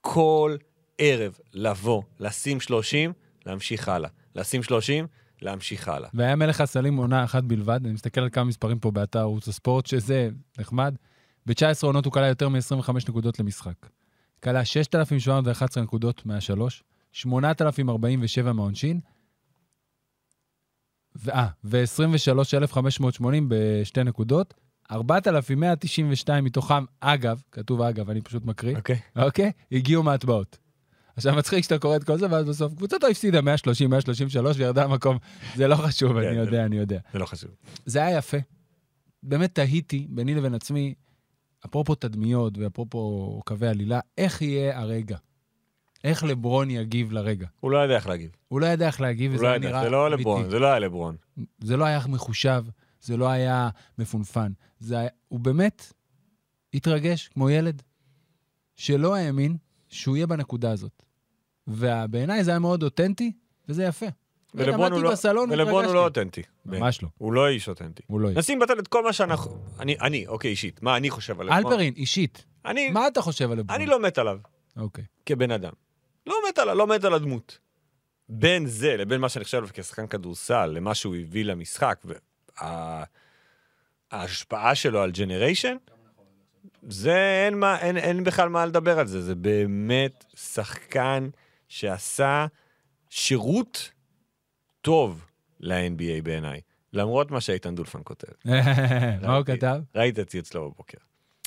Speaker 4: כל ערב לבוא, לשים 30, להמשיך הלאה. לשים 30, להמשיך הלאה.
Speaker 3: והיה מלך הסלים עונה אחת בלבד, אני מסתכל על כמה מספרים פה באתר ערוץ הספורט, שזה נחמד. ב-19 עונות הוא כלה יותר מ-25 נקודות למשחק. כלה 6,711 נקודות מהשלוש, 8,047 מהעונשין, אה, ואה, ו-23,580 בשתי נקודות, 4,192 מתוכם, אגב, כתוב אגב, אני פשוט מקריא,
Speaker 4: אוקיי.
Speaker 3: אוקיי? הגיעו מהטבעות. עכשיו מצחיק שאתה קורא את כל זה, ואז בסוף קבוצתו הפסידה 130, 133 וירדה למקום. זה לא חשוב,
Speaker 4: כן,
Speaker 3: אני
Speaker 4: זה
Speaker 3: יודע, אני יודע.
Speaker 4: זה לא חשוב.
Speaker 3: זה היה יפה. באמת תהיתי ביני לבין עצמי, אפרופו תדמיות ואפרופו קווי עלילה, איך יהיה הרגע? איך לברון יגיב לרגע?
Speaker 4: הוא לא יודע איך להגיב.
Speaker 3: הוא לא ידע איך להגיב,
Speaker 4: הוא
Speaker 3: וזה
Speaker 4: לא
Speaker 3: היה
Speaker 4: יודע,
Speaker 3: נראה...
Speaker 4: זה לא
Speaker 3: אמיתי.
Speaker 4: לברון, זה לא היה לברון.
Speaker 3: זה לא היה מחושב, זה לא היה מפונפן. זה היה... הוא באמת התרגש כמו ילד שלא האמין שהוא יהיה בנקודה הזאת. ובעיניי זה היה מאוד אותנטי, וזה יפה.
Speaker 4: ולברון הוא לא-
Speaker 3: בסלון
Speaker 4: ולברון הוא לא אותנטי.
Speaker 3: ממש לא,
Speaker 4: הוא לא איש אותנטי.
Speaker 3: הוא לא...
Speaker 4: נשים בצד את כל מה שאנחנו... אני, אני, אוקיי, אישית. מה אני חושב על לברון?
Speaker 3: אלפרין, אישית,
Speaker 4: אני,
Speaker 3: מה אתה חושב על לברון?
Speaker 4: אני לא מת עליו.
Speaker 3: אוקיי.
Speaker 4: כבן אדם. לא מת על, לא מת על הדמות. בין זה לבין מה שאני חושב עליו כשחקן כדורסל, למה שהוא הביא למשחק, ה- ההשפעה שלו על ג'נריישן, זה אין, מה, אין, אין בכלל מה לדבר על זה, זה באמת שחקן שעשה שירות טוב ל-NBA בעיניי, למרות מה שאיתן דולפן כותב.
Speaker 3: מה הוא כתב?
Speaker 4: ראית אותי אצלו בבוקר.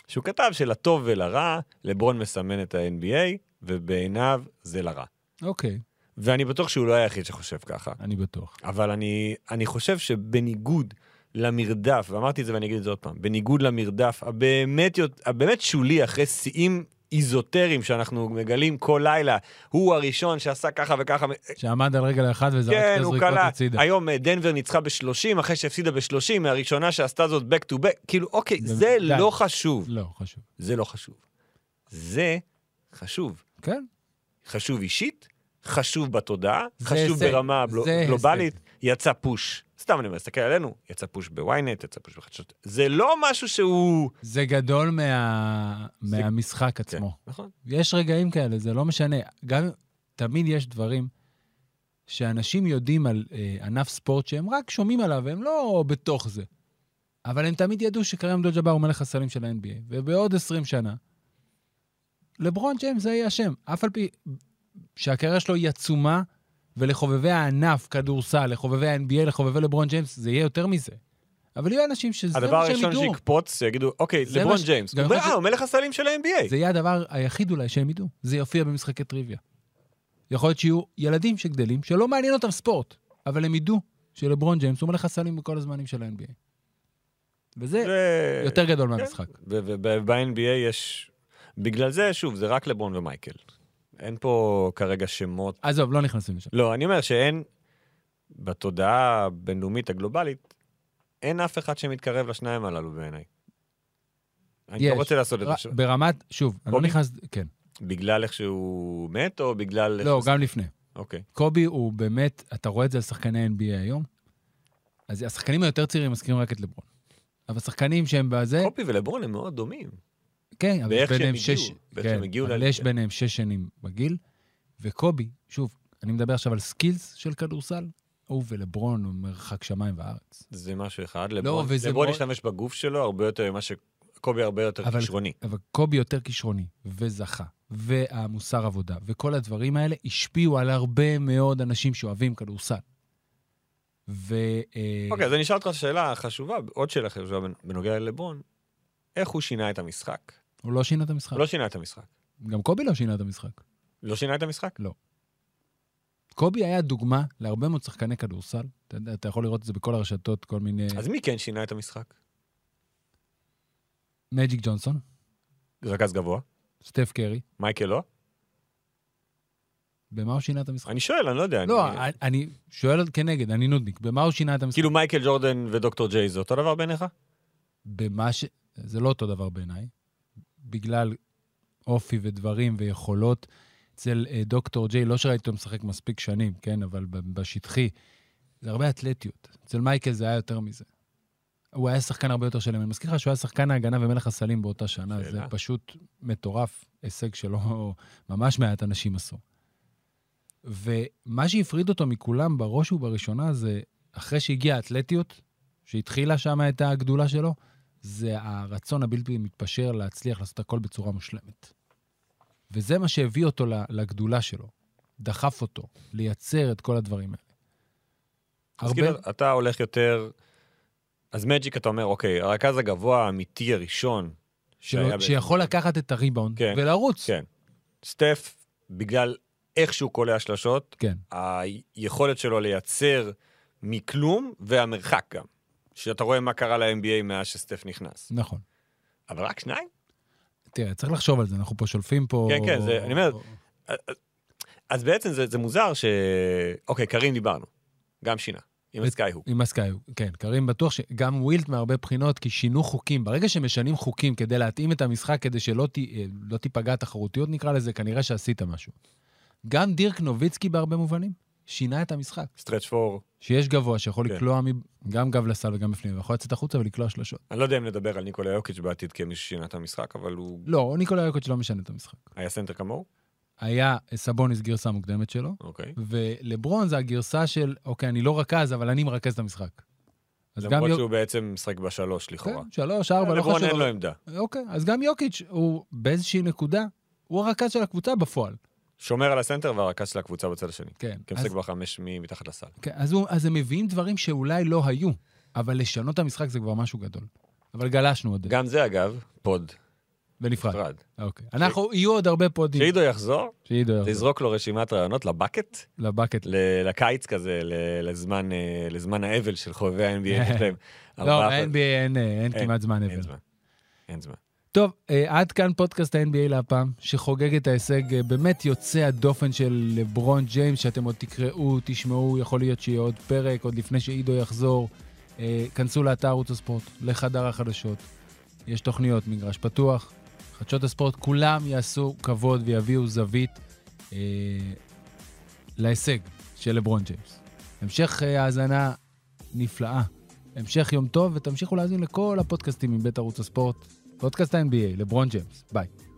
Speaker 4: שהוא כתב שלטוב ולרע, לברון מסמן את ה-NBA, ובעיניו זה לרע.
Speaker 3: אוקיי,
Speaker 4: ואני בטוח שהוא לא היחיד שחושב ככה.
Speaker 3: אני בטוח.
Speaker 4: אבל אני, אני חושב שבניגוד למרדף, ואמרתי את זה ואני אגיד את זה עוד פעם, בניגוד למרדף הבאמת, יות- הבאמת שולי אחרי שיאים איזוטריים שאנחנו מגלים כל לילה, הוא הראשון שעשה ככה וככה,
Speaker 3: שעמד על רגל האחת וזרק
Speaker 4: אה, כן,
Speaker 3: את
Speaker 4: הוא
Speaker 3: הזריקות
Speaker 4: קלע.
Speaker 3: הצידה.
Speaker 4: היום אה, דנבר ניצחה ב-30, אחרי שהפסידה ב-30, מהראשונה שעשתה זאת back to back, כאילו, אוקיי,
Speaker 3: ב-
Speaker 4: זה
Speaker 3: די.
Speaker 4: לא חשוב.
Speaker 3: לא, חשוב.
Speaker 4: זה לא חשוב. זה חשוב.
Speaker 3: כן,
Speaker 4: חשוב אישית, חשוב בתודעה,
Speaker 3: זה
Speaker 4: חשוב
Speaker 3: הישג.
Speaker 4: ברמה הגלו-
Speaker 3: זה
Speaker 4: גלובלית, יצא פוש. סתם אני אומר, תסתכל עלינו, יצא פוש בוויינט, יצא פוש בחדשות. זה לא משהו שהוא...
Speaker 3: זה גדול מה-
Speaker 4: זה-
Speaker 3: מהמשחק
Speaker 4: כן,
Speaker 3: עצמו.
Speaker 4: נכון.
Speaker 3: יש רגעים כאלה, זה לא משנה. גם תמיד יש דברים שאנשים יודעים על אה, ענף ספורט שהם רק שומעים עליו, הם לא בתוך זה. אבל הם תמיד ידעו שקרים דול ג'אבר הוא מלך הסלים של ה-NBA, ובעוד 20 שנה, לברון ג'יימס זה יהיה השם. אף על פי שהקריירה שלו היא עצומה, ולחובבי הענף כדורסל, לחובבי ה-NBA, לחובבי לברון ג'יימס, זה יהיה יותר מזה. אבל יהיו אנשים שזה
Speaker 4: הדבר
Speaker 3: מה שהם
Speaker 4: הראשון
Speaker 3: ידעו.
Speaker 4: שיקפוץ, שיגידו, אוקיי,
Speaker 3: זה
Speaker 4: לברון
Speaker 3: מה ש-
Speaker 4: ג'יימס.
Speaker 3: גם
Speaker 4: הוא אומר,
Speaker 3: יכול
Speaker 4: אה,
Speaker 3: להיות-
Speaker 4: הוא מלך הסלים של ה-NBA.
Speaker 3: זה יהיה הדבר היחיד אולי שהם ידעו. זה יופיע במשחקי טריוויה. יכול להיות שיהיו ילדים שגדלים, שלא מעניין אותם ספורט, אבל הם ידעו שלברון ג'יימס הוא מלך הסלים בכל הזמנים של ה-NBA. וזה
Speaker 4: זה...
Speaker 3: יותר גדול
Speaker 4: כן.
Speaker 3: מהמשחק.
Speaker 4: וב-NBA יש... בגלל זה, שוב, זה רק לברון ומייקל. אין פה כרגע שמות
Speaker 3: עזוב, לא נכנסים לשם.
Speaker 4: לא, אני אומר שאין, בתודעה הבינלאומית הגלובלית, אין אף אחד שמתקרב לשניים הללו בעיניי. אני
Speaker 3: יש.
Speaker 4: לא רוצה לעשות את זה
Speaker 3: ר-
Speaker 4: עכשיו.
Speaker 3: ברמת, שוב, אני לא
Speaker 4: קובי?
Speaker 3: נכנס, כן.
Speaker 4: בגלל איך שהוא מת, או בגלל...
Speaker 3: לא,
Speaker 4: איך-
Speaker 3: גם לפני.
Speaker 4: אוקיי.
Speaker 3: קובי הוא באמת, אתה רואה את זה על שחקני NBA היום, אז השחקנים היותר צעירים מזכירים רק את לברון. אבל שחקנים שהם בזה,
Speaker 4: קופי ולברון הם מאוד דומים.
Speaker 3: כן, אבל יש
Speaker 4: ואיך שהם
Speaker 3: ביניהם
Speaker 4: הגיעו,
Speaker 3: שש...
Speaker 4: ואיך
Speaker 3: כן,
Speaker 4: שהם הגיעו
Speaker 3: אבל
Speaker 4: לליגה.
Speaker 3: יש ביניהם שש שנים בגיל, וקובי, שוב, אני מדבר עכשיו על סקילס של כדורסל, הוא ולברון הוא מרחק שמיים וארץ.
Speaker 4: זה משהו אחד. לברון,
Speaker 3: לא, וזה
Speaker 4: לברון
Speaker 3: מאוד-
Speaker 4: השתמש בגוף שלו הרבה יותר ממה ש... קובי הרבה יותר
Speaker 3: אבל-
Speaker 4: כישרוני.
Speaker 3: אבל קובי יותר כישרוני, וזכה, והמוסר עבודה, וכל הדברים האלה השפיעו על הרבה מאוד אנשים שאוהבים כדורסל. ו... אה,
Speaker 4: אוקיי, אז אני אשאל אותך שאלה חשובה, עוד שאלה חשובה בנ- בנוגע ללברון. איך הוא שינה את המשחק?
Speaker 3: הוא לא שינה את המשחק.
Speaker 4: הוא לא שינה את המשחק.
Speaker 3: גם קובי לא שינה את המשחק.
Speaker 4: לא שינה את המשחק?
Speaker 3: קובי היה דוגמה להרבה מאוד שחקני כדורסל. אתה יודע, אתה יכול לראות את זה בכל הרשתות, כל מיני...
Speaker 4: אז מי כן שינה את המשחק?
Speaker 3: מג'יק ג'ונסון,
Speaker 4: רכז גבוה?
Speaker 3: סטף קרי.
Speaker 4: מייקל לא?
Speaker 3: במה הוא שינה את המשחק?
Speaker 4: אני שואל, אני לא יודע.
Speaker 3: לא,
Speaker 4: אני...
Speaker 3: אני- אני שואל כנגד, אני נודניק, במה הוא שינה את המשחק?
Speaker 4: כאילו מייקל ג'ורדן ודוקטור ג'יי זה אותו דבר בעיניך?
Speaker 3: במה ש... זה לא אותו דבר בעיניי, בגלל אופי ודברים ויכולות. אצל אה, דוקטור ג'יי, לא שראיתי אותו משחק מספיק שנים, כן, אבל ב- בשטחי, זה הרבה אתלטיות. אצל מייקל זה היה יותר מזה. הוא היה שחקן הרבה יותר שלם. אני מזכיר לך שהוא היה שחקן ההגנה ומלך הסלים באותה שנה.
Speaker 4: שאלה.
Speaker 3: זה פשוט מטורף, הישג שלא ממש מעט אנשים עשו. ומה שהפריד אותו מכולם בראש ובראשונה זה, אחרי שהגיעה האתלטיות, שהתחילה שם את הגדולה שלו, זה הרצון הבלתי מתפשר להצליח לעשות הכל בצורה מושלמת. וזה מה שהביא אותו ל- לגדולה שלו, דחף אותו לייצר את כל הדברים האלה.
Speaker 4: אז
Speaker 3: הרבה...
Speaker 4: כאילו, אתה הולך יותר... אז מג'יק אתה אומר, אוקיי, הרכז הגבוה האמיתי הראשון, שהיה
Speaker 3: שלא,
Speaker 4: בעצם-
Speaker 3: שיכול לקחת את הריבאונד
Speaker 4: כן.
Speaker 3: ולרוץ.
Speaker 4: כן. סטף, בגלל איך שהוא קולע שלשות,
Speaker 3: כן.
Speaker 4: היכולת שלו לייצר מכלום והמרחק גם. שאתה רואה מה קרה ל-NBA מאז שסטף נכנס.
Speaker 3: נכון.
Speaker 4: אבל רק שניים?
Speaker 3: תראה, צריך לחשוב על זה, אנחנו פה שולפים פה...
Speaker 4: כן, כן, זה- אני אומר, אז בעצם זה, זה מוזר ש... אוקיי, קרים דיברנו. גם שינה. עם
Speaker 3: ו-
Speaker 4: הסקייהוק.
Speaker 3: עם הסקאי, כן, קרים בטוח שגם ווילט מהרבה בחינות, כי שינו חוקים. ברגע שמשנים חוקים כדי להתאים את המשחק, כדי שלא ת, אה, לא תיפגע התחרותיות, נקרא לזה, כנראה שעשית משהו. גם דירק נוביצקי בהרבה מובנים שינה את המשחק.
Speaker 4: סטרץ' פור.
Speaker 3: שיש גבוה שיכול
Speaker 4: כן.
Speaker 3: לקלוע מ... גם גב לסל וגם בפנים, ויכול לצאת החוצה ולקלוע שלשות.
Speaker 4: אני לא יודע אם נדבר על ניקולה יוקיץ' בעתיד כמישהו ששינה את המשחק, אבל הוא
Speaker 3: לא, ניקולה יוקוץ' לא משנה את המשחק.
Speaker 4: היה סנטר כמוהו.
Speaker 3: היה אה, סבוניס גרסה מוקדמת שלו,
Speaker 4: אוקיי.
Speaker 3: ולברון זה הגרסה של, אוקיי, אני לא רכז, אבל אני מרכז את המשחק. אז גם
Speaker 4: למרות
Speaker 3: יוק-
Speaker 4: שהוא בעצם משחק בשלוש לכאורה.
Speaker 3: כן, שלוש, ארבע, לא
Speaker 4: לברון
Speaker 3: חשוב.
Speaker 4: אין
Speaker 3: אבל-
Speaker 4: לו עמדה.
Speaker 3: אוקיי, אז גם יוקיץ' הוא באיזושהי נקודה, הוא הרכז של הקבוצה בפועל.
Speaker 4: שומר על הסנטר והרכז של הקבוצה בצד השני.
Speaker 3: כן.
Speaker 4: כי הוא
Speaker 3: אז-
Speaker 4: משחק בחמש מ- מתחת לסל.
Speaker 3: כן, אז, הוא, אז הם מביאים דברים שאולי לא היו, אבל לשנות את המשחק זה כבר משהו גדול. אבל גלשנו עוד,
Speaker 4: גם זה אגב, פוד
Speaker 3: בנפרד.
Speaker 4: פרד.
Speaker 3: אוקיי. אנחנו, יהיו עוד הרבה פודים.
Speaker 4: כשעידו יחזור,
Speaker 3: שעידו יחזור
Speaker 4: תזרוק לו רשימת רעיונות לבקט,
Speaker 3: לבקט.
Speaker 4: ל- לקיץ כזה, ל- לזמן אה, לזמן האבל של חובבי ה-NBA. יש להם
Speaker 3: לא,
Speaker 4: ארבעה חודשים.
Speaker 3: ב-NBA אין, אה, אין
Speaker 4: אין,
Speaker 3: כמעט זמן
Speaker 4: אין
Speaker 3: אבל.
Speaker 4: זמן. אין זמן.
Speaker 3: טוב, אה, עד כאן פודקאסט ה-NBA להפעם, שחוגג את ההישג אה, באמת יוצא הדופן של לברון ג'יימס, שאתם עוד תקראו, תשמעו, יכול להיות שיהיה עוד פרק, עוד לפני שעידו יחזור. אה, כנסו לאתר ערוץ הספורט, לחדר החדשות. יש תוכניות, מגרש פתוח, חדשות הספורט, כולם יעשו כבוד ויביאו זווית אה, להישג של לברון ג'יימס. המשך אה, האזנה נפלאה. המשך יום טוב, ותמשיכו להאזין לכל הפודקאסטים מבית ערוץ הספורט. פודקאסט ה-NBA, לברון ג'יימס. ביי.